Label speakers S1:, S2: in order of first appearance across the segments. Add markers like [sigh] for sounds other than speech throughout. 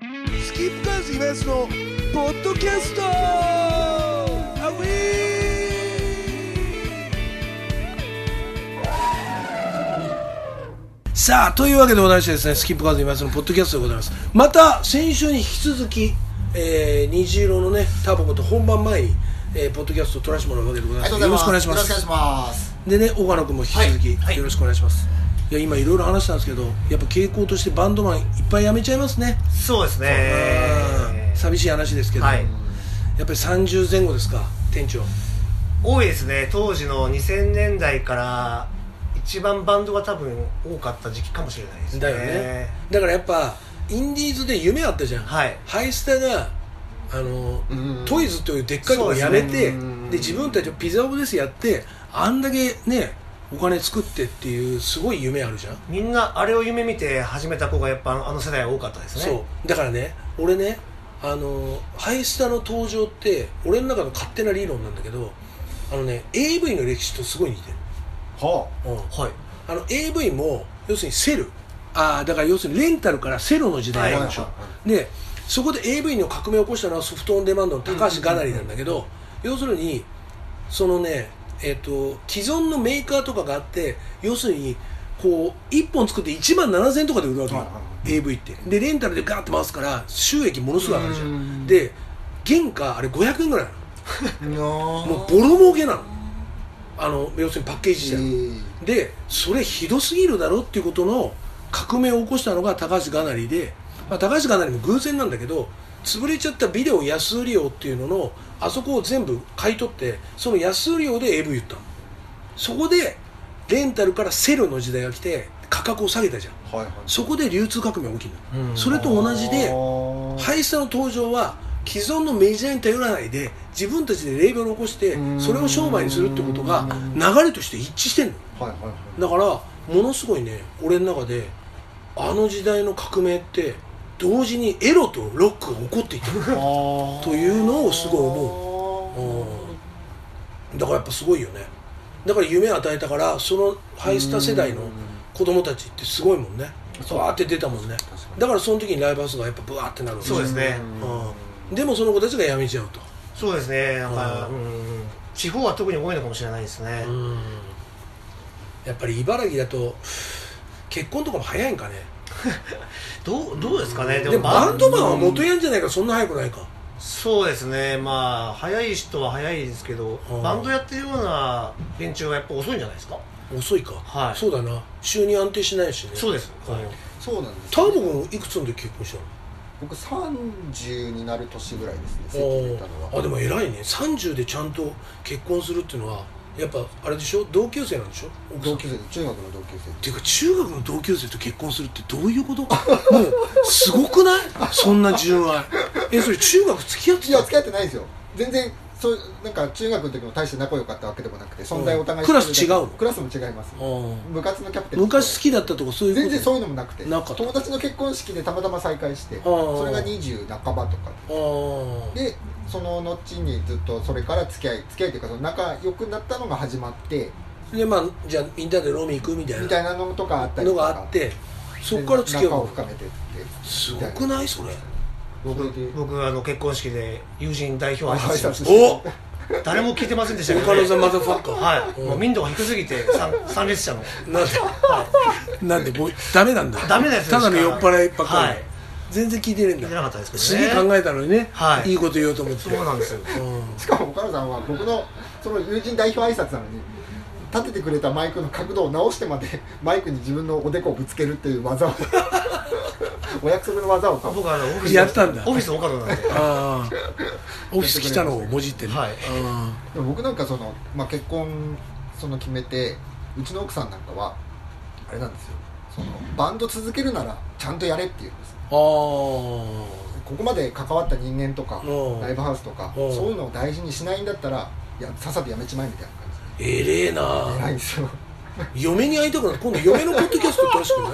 S1: キープカーズイベントのポッドキャストアウさあというわけでございましてですねスキップカードいますのポッドキャストでございますまた先週に引き続き、えー、虹色のねタバコと本番前に、えー、ポッドキャストを撮らせてもらうわけでございます,、よろしくお願いします
S2: よろしくお願いします
S1: でね小原君も引き続き、
S2: はいはい
S1: よろしくお願いしますいや今いろいろ話したんですけどやっぱ傾向としてバンドマンいっぱい辞めちゃいますね、
S3: そうですね
S1: うん寂しい話ですけど、
S3: はい
S1: やっぱり30前後ですか店長
S3: 多いですね当時の2000年代から一番バンドが多分多かった時期かもしれないですね
S1: だよねだからやっぱインディーズで夢あったじゃん、
S3: はい
S1: ハイスタがあの
S2: うん
S1: トイズというでっかいとこやめ
S3: そうで
S1: てで、
S3: すねうん
S1: 自分たちのピザオブですやってあんだけねお金作ってっていうすごい夢あるじゃん、
S3: みんなあれを夢見て始めた子がやっぱあの世代は多かったですね
S1: そうだからね俺ねあのハイスタの登場って俺の中の勝手な理論なんだけどあのね AV の歴史とすごい似て
S2: は
S1: る、うん、
S3: はい
S1: あの AV も要するにセルあーだから要するにレンタルからセロの時代なんでしょ、
S2: はいは
S1: でそこで AV の革命を起こしたのはソフトオンデマンドの高橋がなりなんだけど、要するにそのねえっ、と既存のメーカーとかがあって要するにこう1本作って1万7000円とかで売るわけよ、
S2: はいはいは
S1: AV ってでレンタルでガーって回すから収益ものすごい上がるじゃ
S2: うんん
S1: で原価あれ500円ぐらい
S2: い
S1: なのも
S2: も
S1: うボロ儲けなのあの要するにパッケージ自体、でそれひどすぎるだろっていうことの革命を起こしたのが高橋がなりで、まあ、高橋がなりも偶然なんだけど潰れちゃったビデオ安売り用っていうののあそこを全部買い取ってその安売り用で AV 言ったのそこでレンタルからセルの時代が来て価格を下げたじゃん
S2: はいはい
S1: そこで流通革命が起きるの、
S3: うん
S1: それと同じで
S2: は
S1: ハイスタの登場は既存のメジャーに頼らないで自分たちでレーベルを起こしてそれを商売にするってことが流れとして一致してるの
S2: はいはい
S1: だからものすごいね俺の中であの時代の革命って同時にエロとロックが起こっていた
S2: は
S1: というのをすごい
S2: 思
S1: うんだからやっぱすごいよねだから夢与えたからそのハイスタ世代の子供たちってすごいもんね
S2: そう
S1: わーって出たもんね
S2: 確かに
S1: だからその時にライブハウスがやっぱブワーってなるわけ
S3: そうですね
S1: うんでもその子たちがやめちゃうと
S3: そうですねなんか
S1: う
S3: うん地方は特に多いのかもしれないですね
S1: うんやっぱり茨城だと結婚とかも早いんかね
S3: どうどうですかね
S1: でもバンドマンは元やんじゃないからそんな早くないか
S3: そうですねまあ早い人は早いですけど
S1: うん
S3: バンドやってるような連中はやっぱ遅いんじゃないですか
S1: 遅いか、
S3: はい
S1: そうだな収入安定しないしね
S3: そうです
S1: はい
S3: はい
S2: そうなんです
S1: ターボ君いくつの時結婚し
S2: 僕30になる年ぐらいですね
S1: た
S2: 籍入れたの
S1: のあ
S2: は
S1: でも偉いね30でちゃんと結婚するっていうのはやっぱあれでしょ同級生なんでしょ奥さん
S2: 同級生中学の同級生
S1: っていうか中学の同級生と結婚するってどういうこともうすごくないそんな純愛えそれ中学付き合って
S2: い
S1: た
S2: や付き合ってないですよ全然そうなんか中学の時も大して仲良かったわけでもなくて存在お互い
S1: クラス違うの
S2: クラスも違います
S1: うん
S2: 部活のキャプテン
S1: 昔好きだったとかそういうこと
S2: 全然そういうのもなくて
S1: なかった
S2: 友達の結婚式でたまたま再会して
S1: ー
S2: それが20半ばとか
S1: あー
S2: でその後にずっとそれから付き合い付き合いというかその仲良くなったのが始まって
S1: でまあじゃあみんなで飲み行くみた
S2: み
S1: い
S2: た
S1: ない
S2: なのとかあったり
S1: の
S2: とか
S1: があってそっから付き
S2: 仲
S1: 合
S2: を
S1: う
S2: 深めてって
S1: すごくないそれ
S2: 僕で
S3: 僕あの結婚式で友人代表挨拶しまし
S1: お
S3: た誰も聞いてませんでしたけど
S1: 岡
S3: ね
S1: 野さんマザファッカー
S3: はい、
S1: うん
S3: もう民度が低すぎて参参列者の
S1: なんでなんでもうダメなんだ
S3: ダメなやつです
S1: た
S3: から
S1: だの酔っ払いばっかり、
S3: はい
S1: 全然聞いてねえん
S3: 聞い
S1: だ
S3: てなかったですけどね
S1: すげえ考えたのにね、
S3: はい
S1: いこと言おうと思って
S3: そうなんですよ
S1: う
S2: しかも岡野さんは僕のその友人代表挨拶なのに立ててくれたマイクの角度を直してまでマイクに自分のおでこをぶつけるってい
S1: [laughs]
S2: う技をお約束の技を
S3: 僕あのオフィス
S1: やったんだ
S3: オフィス岡野なんで
S1: んああオフィス来たのをもじってね、
S3: はい
S1: あ
S2: でも僕なんかその、まあ、結婚その決めてうちの奥さんなんかはあれなんですよそのバンド続けるならちゃんとやれって言うんです
S1: あー
S2: ここまで関わった人間とか
S1: うん
S2: ライブハウスとか
S1: うん
S2: そういうのを大事にしないんだったらいやさっさとやめちまえみたいな感
S1: えれえ
S2: じ偉
S1: ない
S2: んで
S1: [laughs]
S2: すよ
S1: 嫁に会いたくなる今度嫁のポッドキャスト撮らし
S3: [laughs]
S1: くない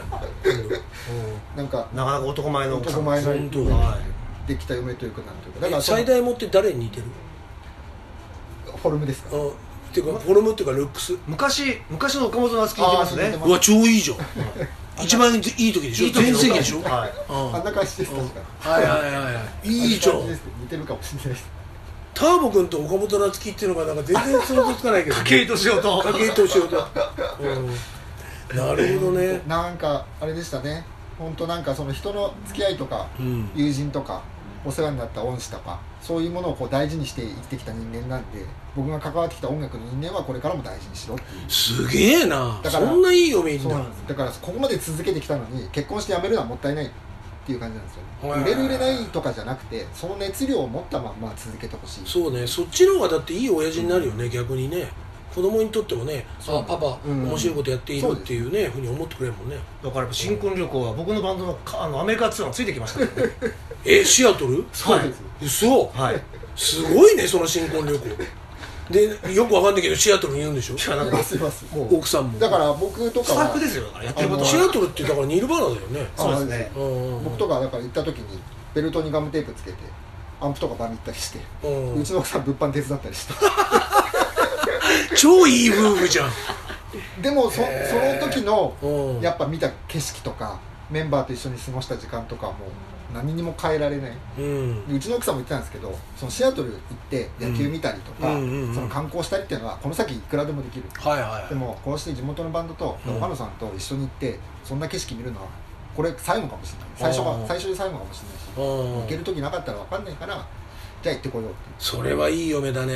S2: なんか
S3: なかなか男前の
S2: 男前の
S1: 本当
S3: は
S2: できた嫁というかなんというか
S1: 今度
S2: だか
S1: え
S2: らその
S1: 最大持って誰に似てる
S2: フォルムですか
S1: あっていうかフォルムっていうかルックス
S3: 昔昔の岡本夏樹聞いてます
S2: あー聞い
S3: ね
S2: てま
S1: うわ超いいじゃん一番いい時でしょ
S3: いい時
S1: 全
S3: の
S1: 盛期でしょ、うん
S3: はい
S2: あんな感じです確か
S1: はいはいはいはいいいじゃん
S2: あな感です似てるかもしれないです
S1: ターボ君と岡本夏樹っていうのがなんか全然想像つかないけど
S3: 筧敏夫と
S1: 筧敏夫だ、うん、なるほどね
S2: なんかあれでしたね本当なんかその人の付き合いとか、
S1: うん
S2: 友人とかお世話になった恩師とかそういうものをこう大事にして生きてきた人間なんで僕が関わってきた音楽の人間はこれからも大事にしろっていう
S1: すげえな
S2: だ
S1: そ
S2: から
S1: んないいよみん
S2: そう
S1: な
S2: なんですだからここまで続けてきたのに結婚して辞めるのはもったいないっていう感じなんですよ、
S1: はい
S2: ね、売れる売れないとかじゃなくてその熱量を持ったまま続けてほしい
S1: そうねそっちの方がだっていい親父になるよね、逆にね子供にとってもね
S2: そう
S1: あパパ、
S2: うん
S1: 面白いことやっているっていうねふうに思ってくれるもんね
S3: だからやっぱ新婚旅行は僕のバンドのかあのアメリカツアーもついてきましたからね
S1: えシアトル
S2: そうです
S1: 嘘
S3: はい
S1: すごいねその新婚旅行でよくわかんないけどシアトルにいるんでしょ
S3: し
S2: い
S3: かなんか
S2: ますいます
S3: もう
S1: 奥さんも
S2: だから僕とか
S3: スタッ
S2: は
S3: フですよだからやって
S1: で
S3: ること
S1: も
S3: は
S1: シアトルってだからニルバーナだよね
S3: そうですね
S1: うんうん
S2: 僕とかだから行った時にベルトにガムテープつけてアンプとかバミったりして
S1: うん
S2: うちの奥さん物販手伝ったりして
S1: 超いい夫婦じゃん
S2: でもそそ
S1: へー
S2: の時の
S1: うん
S2: やっぱ見た景色とかメンバーと一緒に過ごした時間とかもう何にも変えられない
S1: うん
S2: でうちの奥さんも言ってたんですけどそのシアトル行って野球見たりとか、
S1: うんうんうんうん
S2: その観光したりっていうのはこの先いくらでもできる
S1: はいは
S2: でもこうして地元のバンドと
S1: うん
S2: 岡野さんと一緒に行ってそんな景色見るのはこれ最後かもしれない最初
S1: あー
S2: が最初で最後かもしれないし
S1: いうん
S2: 行ける時なかったら分かんないからじゃあ行ってこようって
S1: それはいい嫁だね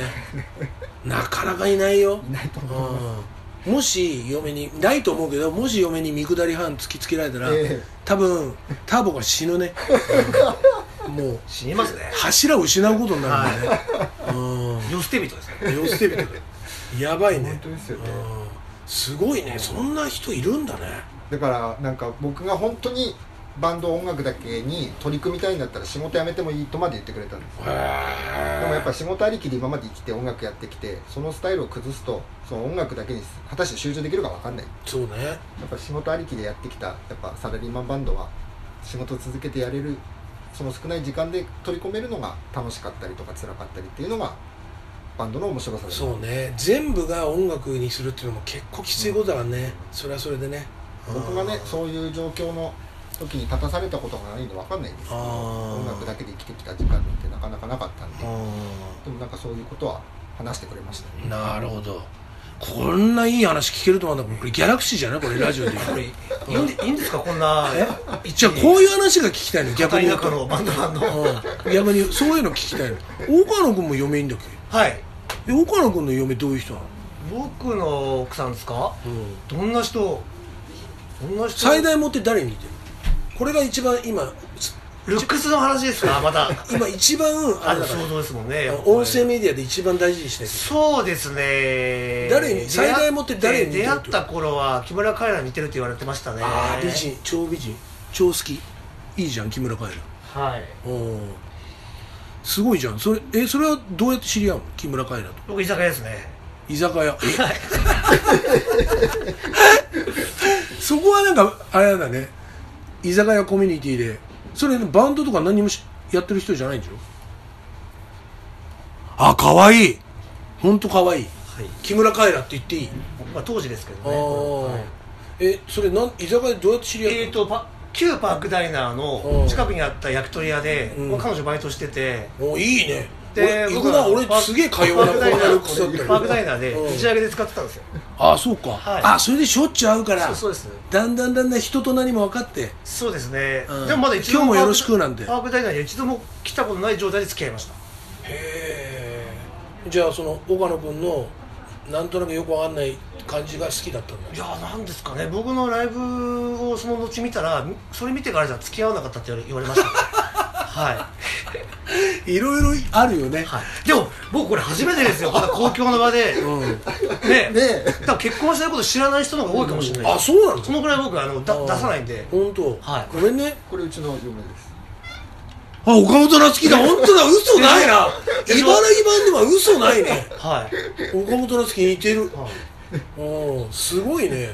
S1: なかなかいないよ
S2: いないと思います
S1: うんもし嫁にないと思うけどもし嫁に見下り班突きつけられたら、
S2: ええ
S1: 多分ターボが死ぬねもう
S3: 死にますね
S1: 柱を失うことになるんだね、
S3: 寄捨て人ですね
S1: うん寄捨て人だよやばいね
S2: 本当ですよね
S1: うんすごいねそんな人いるんだね
S2: だからなんか僕が本当にバンド音楽だけに取り組みたいんだったら仕事辞めてもいいとまで言ってくれたんです
S1: へえ
S2: でもやっぱ仕事ありきで今まで生きて音楽やってきてそのスタイルを崩すとその音楽だけに果たして集中できるか分かんない
S1: そうね
S2: やっぱ仕事ありきでやってきたやっぱサラリーマンバンドは仕事続けてやれるその少ない時間で取り込めるのが楽しかったりとか辛かったりっていうのがバンドの面白さです
S1: そうね全部が音楽にするっていうのも結構きついことだからね、それはそれでね
S2: 僕がね
S1: う
S2: そういう状況の時に立たされたことがないんで分かんないんですけど
S1: あー
S2: 音楽だけで生きてきた時間ってなかなかなかったんで
S1: ん
S2: でもなんかそういうことは話してくれましたね
S1: なるほどこんないい話聞けるとはなんだこれギャラクシーじゃないこれラジオで言う [laughs]
S3: いいんでいいんですかこんな
S1: えじゃあこういう話が聞きたいの逆
S3: 片
S1: に言
S3: 田
S1: う
S3: 舎
S1: と、
S3: のバンドマンの
S1: うん、逆にそういうの聞きたいの岡野君も嫁いいんだっ
S3: はい
S1: けえ岡野君の嫁どういう人なの、
S3: 僕の奥さんですかどんな人どんな人
S1: 最大持って誰に似てるこれが一番今
S3: ルックスの話ですかまた
S1: [laughs] 今一番あ
S3: あ
S1: れ
S3: の
S1: だから
S3: 想像ですもんね
S1: 音声メディアで一番大事にしないと
S3: そうですね
S1: 誰に
S3: 出会っ
S1: 最大持って誰に似てる
S3: 出会った頃は木村カエラに似てるって言われてましたね
S1: ああ美人超美人超好きいいじゃん木村カエラ
S3: はい
S1: おーすごいじゃんそれえそれはどうやって知り合うの木村カエラと
S3: 僕居酒屋ですね
S1: 居酒 [laughs] 屋そこはなんかあれなんだね居酒屋コミュニティでそれ、ね、バンドとか何もしやってる人じゃないんでしょあ可愛い本当可愛い
S3: はい、
S1: 木村カエラって言っていい、
S3: まあ、当時ですけ
S1: あ
S3: ど
S1: あ
S3: ね
S1: ー、
S3: はい
S1: えそれなん居酒屋でどうやって知り合
S3: え
S1: う
S3: ー
S1: の、
S3: とパ旧パークダイナー
S1: う
S3: の
S1: ん
S3: 近くにあった焼き鳥屋で、
S1: うん
S3: まあ彼女バイトしてて
S1: おーいいね
S3: で
S1: 俺行く
S3: 僕
S1: な
S3: は
S1: 俺
S3: パー
S1: すげえ通うな
S3: パークダイナ
S1: こんなル
S3: ー
S1: ックスだったら
S3: パークダイナーで
S1: うん
S3: 打ち上げで使ってたんですよ
S1: ああそうか、
S3: はい
S1: あそれでしょっちゅう会うから
S3: そうそうです
S1: だんだんだんだん人となりも分かって
S3: そうですね、
S1: うん
S3: でもまだ一度
S1: 今日もよろしくなんて
S3: パークダイナーには一度も来たことない状態で付き合いました
S1: へえじゃあその岡野君のなんとなくよくわかんない感じが好きだったんだ
S3: いやーなんですかね僕のライブをその後見たらそれ見てからじゃ付き合わなかったって言われましたねはい
S1: ろいろあるよね、
S3: いでも僕これ初めてですよこんな公共の場で
S1: うん、
S3: ね
S2: ねえ
S3: だから結婚してること知らない人の方が多いかもしれない
S1: あそうなの
S3: そのぐらい僕あのだ
S1: あー
S3: 出さないんで
S1: 本当、
S3: はい
S1: ごめんね
S2: これうちの嫁です
S1: あ岡本夏樹だ本当だ嘘 [laughs] ないな
S3: で
S1: 茨
S3: し
S1: 城
S3: ょ
S1: 版では嘘ないね
S3: はい
S1: 岡本夏樹似てる
S3: はい
S1: うんすごいね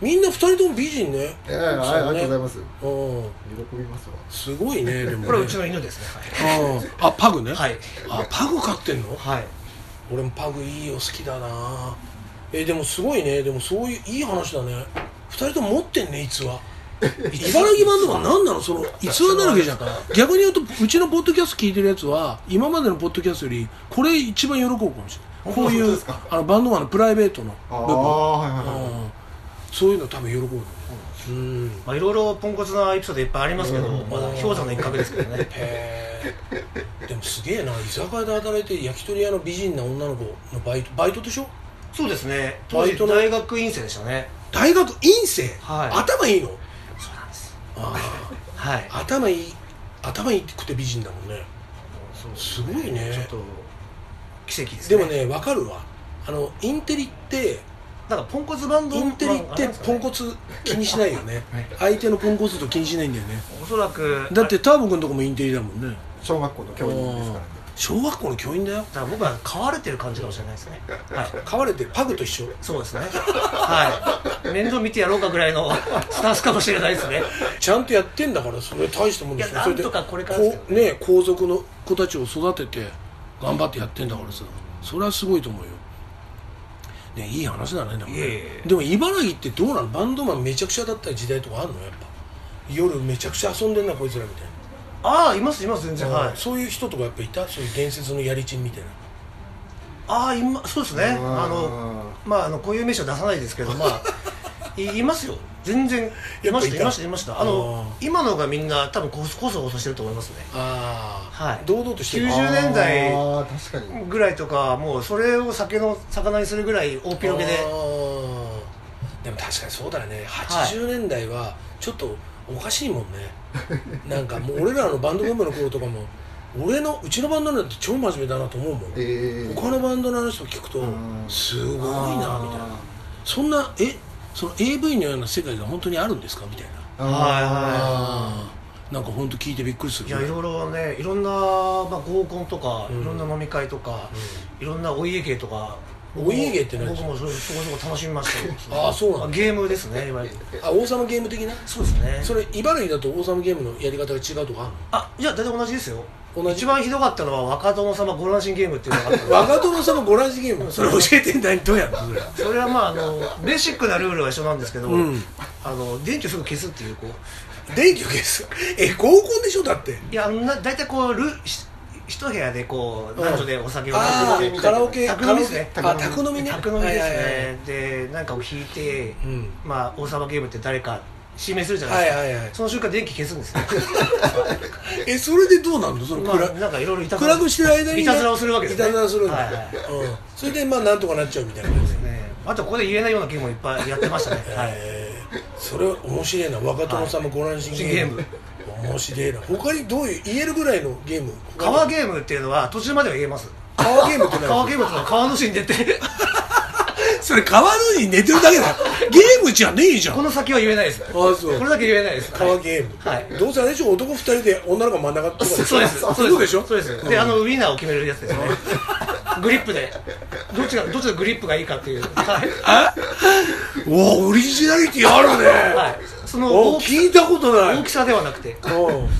S1: みんな二人とも美人ね
S2: ええあ
S1: 奥さんね
S2: ありがとうございます
S1: うん
S2: 喜びますわ
S1: すごい
S2: [laughs]
S1: ねでもね
S3: これはうちの犬ですね
S1: うんあパグね
S3: はい
S1: あパグ飼ってんの
S3: はい
S1: 俺もパグいいよ好きだ
S2: [laughs]
S1: なえでもすごいねでもそういういい話だね二人とも持ってんね逸話茨城バンドマン何なのその逸話だらけじゃん逆に言うとうちのポッドキャスト聞いてるやつは今までのポッドキャストよりこれ一番喜ぶかもしれないこうい
S2: 本当
S1: う
S2: ですか
S1: あのバンドマンのプライベートの
S2: ああ
S1: 部
S2: はいはいはい、
S1: 分うんそういうの多分喜ぶと思ううん
S3: まあいろいろポンコツなエピソードいっぱいありますけど、
S2: うん
S3: まだ氷山の一角ですけどね
S1: へえでもすげえな居酒屋で働いて焼き鳥屋の美人な女の子のバイトバイトでしょ
S3: そうですね当
S1: バイ
S3: 時
S1: トの
S3: 大学院生でしたね
S1: 大学院生、
S3: はい
S1: 頭いいの
S3: そうなんです
S1: あ
S3: はい
S1: あ頭いい頭いいくて美人だもんね
S3: そう
S1: すごいね
S3: ちょっと奇跡です
S1: で
S3: ね
S1: もね分かるわあのインテリって
S3: なんかポンコツバンド
S1: インテリってポンコ
S3: ツ
S1: ツ気にしないよね
S3: [laughs] はい
S1: 相手のポンコツと気にしないんだよね
S3: おそらく
S1: だってターボ君のとこもインテリだもんね
S2: 小学校の教員ですからね
S1: 小学校の教員だよ
S3: だから僕は買われてる感じかもしれないですねはい
S1: 飼われてるパグと一緒
S3: そうですねはい面倒見てやろうかぐらいの
S1: [laughs]
S3: スタンスかもしれないですね
S1: ちゃんとやってんだからそれ大したもんでしょ
S3: いや
S1: それで
S3: なんとかこれからですけど
S1: うね皇族の子たちを育てて頑張ってやってんだからさそれはすごいと思うよねいい話だねでもね
S3: いえいえ
S1: でも茨城ってどうなのバンドマンめちゃくちゃだった時代とかあんのやっぱ夜めちゃくちゃ遊んでんなこいつらみたいな
S3: ああいますいます全然はい
S1: そういう人とかやっぱいたそういう伝説のやりちんみたいな
S3: ああ今そうですね
S2: うん
S3: あのまああのこういう名称出さないですけどまあいいますよ全然いました
S1: やっぱ
S3: い
S1: いた
S3: ましたいましたあの
S1: あ
S3: 今のがみんな多分こそこそこそしてると思いますね
S1: ああ、
S3: はい
S1: 堂々としてる
S3: 90年代
S2: ああ確かに
S3: ぐらいとかもうそれを酒の魚にするぐらい大ピロゲで
S1: あーでも確かにそうだよね80年代はちょっとおかしいもんね、 [laughs] なんかもう俺らのバンドブームの頃とかも俺のうちのバンドなんて超真面目だなと思うもん、
S2: ええ
S1: 他のバンドの話を聞くと
S2: うん
S1: すごいなみたいなそんなえその AV のような世界が本当にあるんですかみたいな
S2: あー
S3: は
S1: あーなんか本当聞いてびっくりする
S3: いやいろいろねいろんな、まあ、合コンとか、
S1: うん
S3: いろんな飲み会とか、いろんなお家芸とか
S1: お家芸って何
S3: 僕もそれそこそこ楽しみましたよ
S1: あーそうなんだ
S3: ゲームですねいわゆる
S1: あ王様ゲーム的な
S3: そうですね
S1: それ茨城だと王様ゲームのやり方が違うとかあるの
S3: あいや大体同じですよ
S1: 同じ
S3: 一番ひどかったのは若殿様ご乱心ゲームっていうのが
S1: [laughs]
S3: あったんで
S1: 若殿様ご覧しゲームそれ教えてんだどうやるのそれ
S3: すそれはまああのベーシックなルールは一緒なんですけど、
S1: うん
S3: あの電気をすぐ消すっていうこう
S1: 電気を消すえ合コンでしょだって
S3: いやあのな大体こうルひ一部屋でこう
S1: うん
S3: 男女でお酒を
S1: あ
S3: 飲ん
S1: ー
S3: で
S1: カラオケ
S3: 宅飲みですね
S1: カラオケあ宅飲みね
S3: 宅飲みですね、
S1: はいはいはい
S3: でなんかを引いて、
S1: うん
S3: まあ王様ゲームって誰か指名するじゃない
S1: はい
S3: ですか、
S1: はいはい
S3: その瞬間電気消す
S1: [laughs]
S3: んですね
S1: えそれでどうなんのその
S3: まあ
S1: 暗,、
S3: なんかいろいろいたずら
S1: 暗くしてる間に、
S3: いたずらをするわけですね
S1: いたずらをするんだ、
S3: はいはい
S1: うん、それでまあなんとかなっちゃうみたいな感じで、
S3: ねあとここで言えないようなゲームもいっぱいやってましたね、
S1: [laughs]
S3: はい
S1: えー、それ面白いな若殿様ご覧しゲーム、
S3: ゲ
S1: 面白いな他にどういう言えるぐらいのゲーム
S3: 川ゲームっていうのは途中までは言えます
S1: 川ゲームって何
S3: 川ゲームっていうのは川の市に出て
S1: [laughs] それ川の字に寝てるだけだゲームじゃねえじゃん
S3: こ
S1: あ
S3: の先は言えないですこ
S1: そう
S3: れだけ言えないです
S1: 川ゲーム、
S3: はい
S1: どうせあれでしょ男2人で女の子真ん中とかしょ
S3: そうです
S1: あ
S3: そう
S1: そう
S3: で
S1: ですしょ
S3: そうです
S1: う
S3: で
S1: ん
S3: あのウィナーを決めるやつですねグリップでどっちがどっちのグリップがいいかっていうはい、
S1: うわオリジナリティあるね、
S3: はい、その
S1: お
S3: 大き
S1: 聞いたことな
S3: 大
S1: い
S3: きさではなくて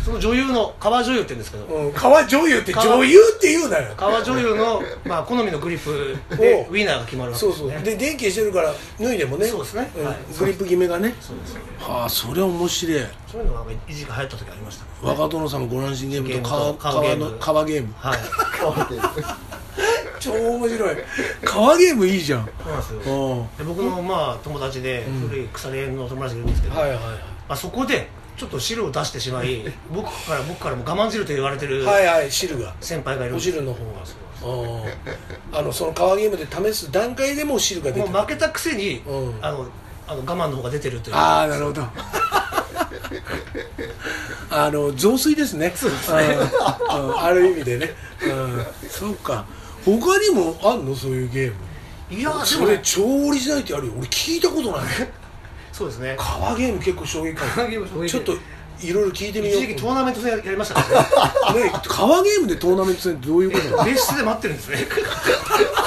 S3: その女優の川女優って言うんですけど
S1: うん、うん、川女優って
S3: 川
S1: 女優って言うなよ
S3: 川女優の、まあ、好みのグリップで
S1: お
S3: ウィナーが決まるわけ
S1: そ
S3: で
S1: う
S3: す
S1: そう
S3: ね
S1: で電気してるから脱いでもね
S3: そうですね
S1: ん
S3: はい
S1: グリップ決めがね
S3: そうです
S1: はあそれは面白い
S3: そういうのがなんか一時期流行った時ありましたね
S1: 若殿さんのご乱心ゲームと川
S3: ゲームと川
S1: 川の
S3: ゲ
S1: 川ゲ
S3: ーム
S1: ーム
S3: はい
S2: 川で
S1: 超面白い川ゲームいいじゃん
S3: そうなんですよ
S1: うんは
S3: で僕のまあ友達で古い腐れ縁の友達がいるんですけ
S1: い
S3: ど、
S1: はい
S3: ま
S1: はい
S3: あ、そこでちょっと汁を出してしまい僕から僕からも我慢汁と言われてる
S1: はいはい汁が
S3: 先輩がいるん
S1: お
S3: ですよ
S1: 汁の方がああのその川ゲームで試す段階でもう汁が出て
S3: もう負けたくせに、
S1: うん
S3: あのあの我慢の方が出てるという
S1: ああなるほど [laughs] あの雑炊ですねそうですねある意味でね、うん、そうか他にもあんのそういうゲーム
S3: いやでも
S1: それ超オリジナリティあるよ俺聞いたことない
S3: そうですね
S1: 川ゲーム結構衝撃か
S3: 川ゲーム衝撃
S1: ちょっといろいろ聞いてみ
S3: 一
S1: よう
S3: 時期トーナメント戦やりましたからね
S1: [laughs] ね川ゲームでトーナメント戦ってどういうことなの
S3: 別室で待ってるんですね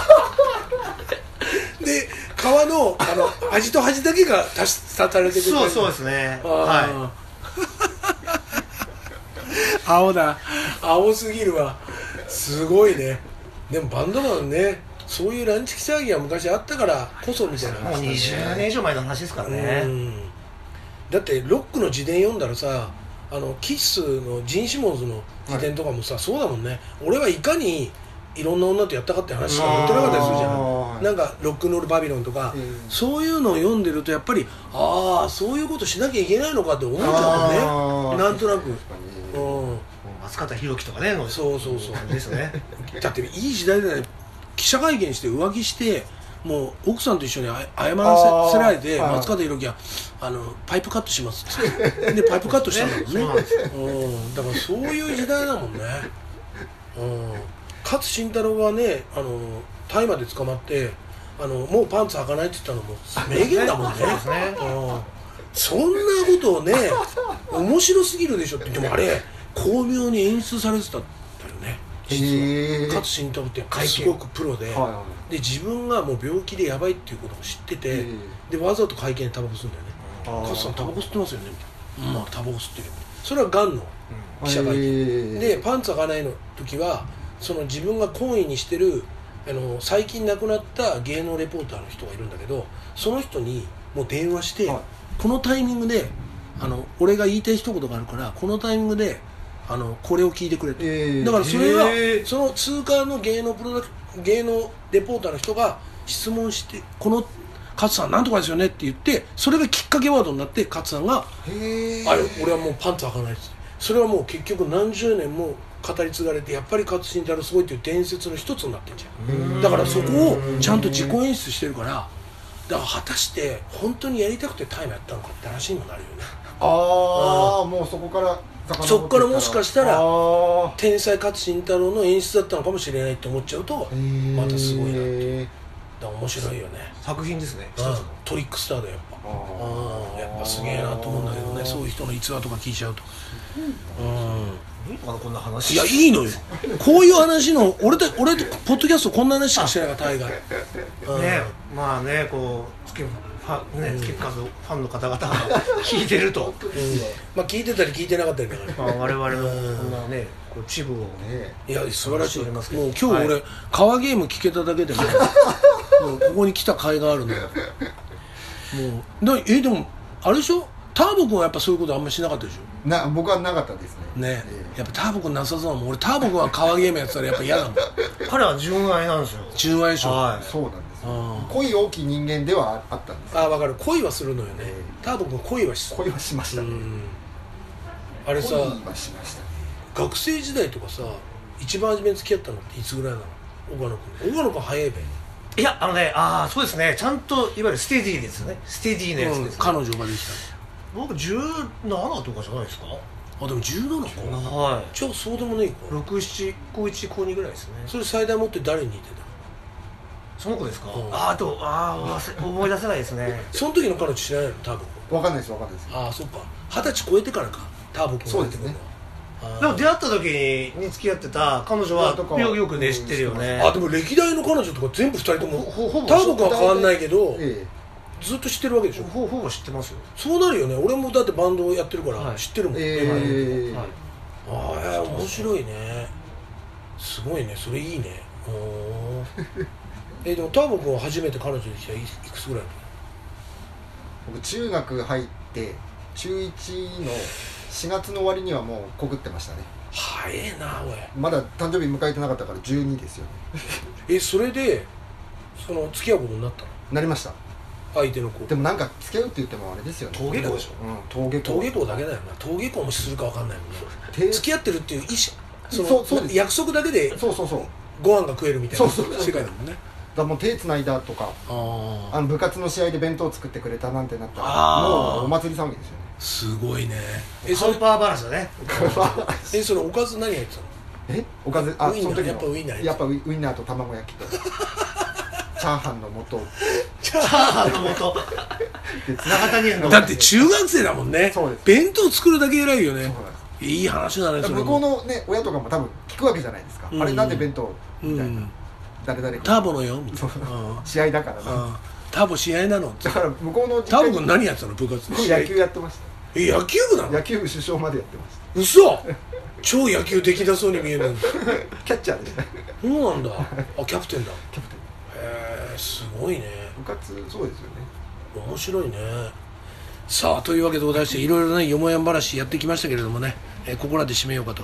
S1: [laughs] で川のあの端と端だけが足し立たれてくる
S3: そうそうですねは
S1: はい、青だ青すぎるわすごいねでもバンドマンねそういうランチキ騒ぎが昔あったからこそみたいない
S3: もう20年以上前の話ですから
S1: う
S3: ね
S1: んだってロックの自伝読んだらさあのキッスのジン・シモンズの自伝とかもさ、そうだもんね俺はいかにいろんな女とやったかって話しか載ってなかったりするじゃん
S2: あー
S1: なんか「ロックンロール・バビロン」とか、
S2: うん
S1: そういうのを読んでるとやっぱりああそういうことしなきゃいけないのかって思っちゃうもん
S2: あ
S1: ねな
S2: ー
S1: んとなく、
S2: 確かに
S1: うん、
S3: 松方弘樹とかねの
S1: そうそうそう
S3: 感じですよね
S1: だっていい時代だよね記者会見して浮気してもう奥さんと一緒にあ謝ら
S2: あー
S1: せせられて
S2: はい
S1: 松方弘樹はあのパイプカットします [laughs] っつってでパイプカットしたんだもんね
S3: そうなんですよ
S1: うんだからそういう時代だもんね、うん、勝慎太郎がねあの大麻で捕まってあのもうパンツ履かないって言ったのも名言だもんね
S3: [laughs] そうですね
S1: うんそんなことをね面白すぎるでしょってでもあれ巧妙に演出されてたんだよね実は
S2: へえ
S1: 勝慎太郎ってすごくプロで,、
S2: はいは
S1: で自分がもう病気でやばいっていうことも知ってて、
S2: え
S1: でわざと会見でタバコ吸うんだよね「
S2: あー
S1: 勝さんタバコ吸ってますよね」みたいな「まあタバコ吸ってるよ」それはがんの記者会見、
S2: 見
S1: でパンツ履かないの時はその自分が懇意にしてるあの最近亡くなった芸能レポーターの人がいるんだけどその人にもう電話して、
S2: はい
S1: このタイミングであの俺が言いたい一言があるからこのタイミングであのこれを聞いてくれと、
S2: ええ
S1: だからそれは、
S3: へえ
S1: その通過の芸能プロダク芸能レポーターの人が質問してこの勝さんなんとかですよねって言ってそれがきっかけワードになって勝さんが
S2: へえ
S1: あれ俺はもうパンツ履かないですそれはもう結局何十年も語り継がれてやっぱり勝新太郎すごいっていう伝説の一つになってんじゃんだからそこをちゃんと自己演出してるからだから果たして本当にやりたくてタイムやったのかって話にもなるよね
S2: ああもうそこから
S1: そこからもしかしたら
S2: あー
S1: 天才勝新太郎の演出だったのかもしれないって思っちゃうと
S2: へー
S1: またすごいなってだから面白いよね
S3: 作品ですね一
S1: う
S3: つの
S1: んトリックスターだよやっぱ
S2: あー
S1: うんやっぱすげえなと思うんだけどねそういう人の逸話とか聞いちゃうとうん
S3: いいのかなこんな話
S1: いや、いいのよ。こういう話の、俺と、俺と、ポッドキャストこんな話しかしてないから、大概。うん
S3: ねまあねこう月ファンね月数ファンの方々が聞いてると
S1: まあ、聞いてたり聞いてなかったりだから。
S3: まあ我々のこんなねこう秩父をね
S2: ね
S1: いや、素晴らしい。
S3: 話しており
S1: もう
S3: ますけど
S1: 今日俺、
S3: は
S1: 川ゲーム聞けただけでも、もうここに来た甲斐があるのよ。もう、なえ、でも、あれでしょターボ君はやっぱそういうことあんまりしなかったでしょ
S2: な僕はなかったですね
S1: ね
S2: ええ
S1: やっぱターボ君なさそうだもん。俺、ターボ君は川ゲームやってたらやっぱ嫌だもん。
S3: 彼は純愛なんですよ
S1: 純愛でしょ。あ
S3: はい
S2: そうなんですよ
S1: あ
S2: 恋大きい人間ではあったんです
S1: ー、わかる。恋はするのよね
S2: え。
S1: ターボ君恋はしそう。
S2: 恋はしました
S1: う
S2: ね
S1: ん。あれ
S2: 恋
S1: さ、
S2: はしましたね
S1: 学生時代とかさ一番初めに付き合ったのっていつぐらいなの岡野君岡野君早いべ、
S3: いやあのねああそうですねちゃんといわゆるステディですよねステディなやつ
S1: うん
S3: です、ね
S1: 彼女ができ
S3: 僕17とかじゃないですか
S1: たのあでも17か
S3: は
S1: じゃあそうでもねえ
S3: い
S1: か
S3: 67高1高2ぐらいですね
S1: それ最大持って誰に似てた
S3: その子ですか
S1: うん
S3: ああとああ忘れ思い出せないですね
S1: その時の彼女知らないの多分
S2: わかんないですわかんないです
S1: ああそっか二十歳超えてからか多分
S2: そうですね
S3: でも
S1: あ
S3: 出会った時に付き合ってた彼女は
S2: とか
S3: よくよくね知ってるよね
S1: あでも歴代の彼女とか全部二人とも
S3: ほほぼ
S1: ターボ君は変わんないけど
S2: え
S1: ずっと知ってるわけでしょ
S3: ほほぼ知ってますよ
S1: そうなるよね俺もだってバンドをやってるか
S3: は
S1: ら
S3: い
S1: 知ってるもん、
S2: え
S1: ターボ君
S2: ええ
S3: はい
S1: ああ面白いねすごいねそれいいねおー [laughs] えでもターボ君は初めて彼女できたらいいくつぐらいの
S2: 僕中学入って中1の4月の終わりにはもう告ってましたね
S1: 早えなお
S2: まだ誕生日迎えてなかったから12ですよね
S1: いえそれでその付き合うことになったの
S2: なりました
S1: 相手の子
S2: でもなんか付き合うって言ってもあれですよね
S3: 登下校でしょ
S2: うん登下校
S1: 登下校だけだよな登下校もするか分かんないもんね
S2: て
S1: 付き合ってるっていう意思その
S2: そうそうです
S1: 約束だけで
S2: そうそうそうだか
S1: ご飯が食えるみたいな
S2: そうそうそう
S1: 世界だもんね
S2: らもう手つないだとか
S1: ああ
S2: あの部活の試合で弁当作ってくれたなんてなったら
S1: あー
S2: もうお祭り騒ぎですよね
S1: すごいねえそ
S3: カ
S1: れ
S3: ンパーバランスだね
S1: えそれおかず何入ってたの
S2: [laughs] えおかずあ
S1: ウインナー
S2: その時の
S1: やっぱウインナー
S2: やっぱウイウインナーと卵
S1: [laughs]
S2: 焼きとチャーハンの素
S3: チャーハンの [laughs] 元
S2: でつなが
S3: 中
S2: っ
S3: 谷園の
S1: だって中学生だもんね
S2: そうです
S1: 弁当作るだけ偉いよね
S2: そうなんです
S1: いい話だね
S2: だ
S1: そ
S2: か
S1: れ
S2: ら
S1: も
S2: 向こうのね親とかも多分聞くわけじゃないですか、
S1: うん
S2: あれなんで弁当みたい
S1: う
S2: な、
S1: ん
S2: 誰々
S1: タ
S2: か
S1: ーボのよみたいなうんうん
S2: 試合だからな
S1: ターボ試合なの
S2: だから向こうの
S1: ターボ
S2: 実
S1: 君何やってたの部活
S2: 家
S1: の
S2: に
S1: 試合
S2: 野球やってまし
S1: え野球部な
S2: た
S1: の
S2: 野球部首相までやってまし
S1: 嘘超野球できだそうに見えるのに
S2: たキャッチャーでした
S1: [laughs] そうなんだあキャプテンだ
S2: キャプテン
S1: へえすごいね
S2: 部活そうですよね
S1: 面白いねさあというわけでございましていろいろねよもやん話やってきましたけれどもね、えーここらで締めようかと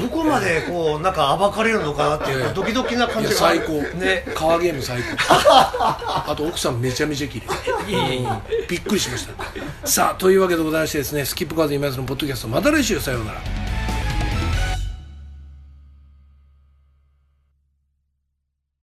S3: どこまでこうなんか暴かれるのかなっていう
S1: ええ
S3: かドキドキない感
S1: や
S3: じがあ
S1: 最
S3: る
S1: 高、
S3: ね
S1: カーゲーム [laughs] 最高あと奥さんめちゃめちゃ綺麗うんびっくりしましたさあというわけでございましてですねスキップカード今やつのポッドキャストまた来週さようなら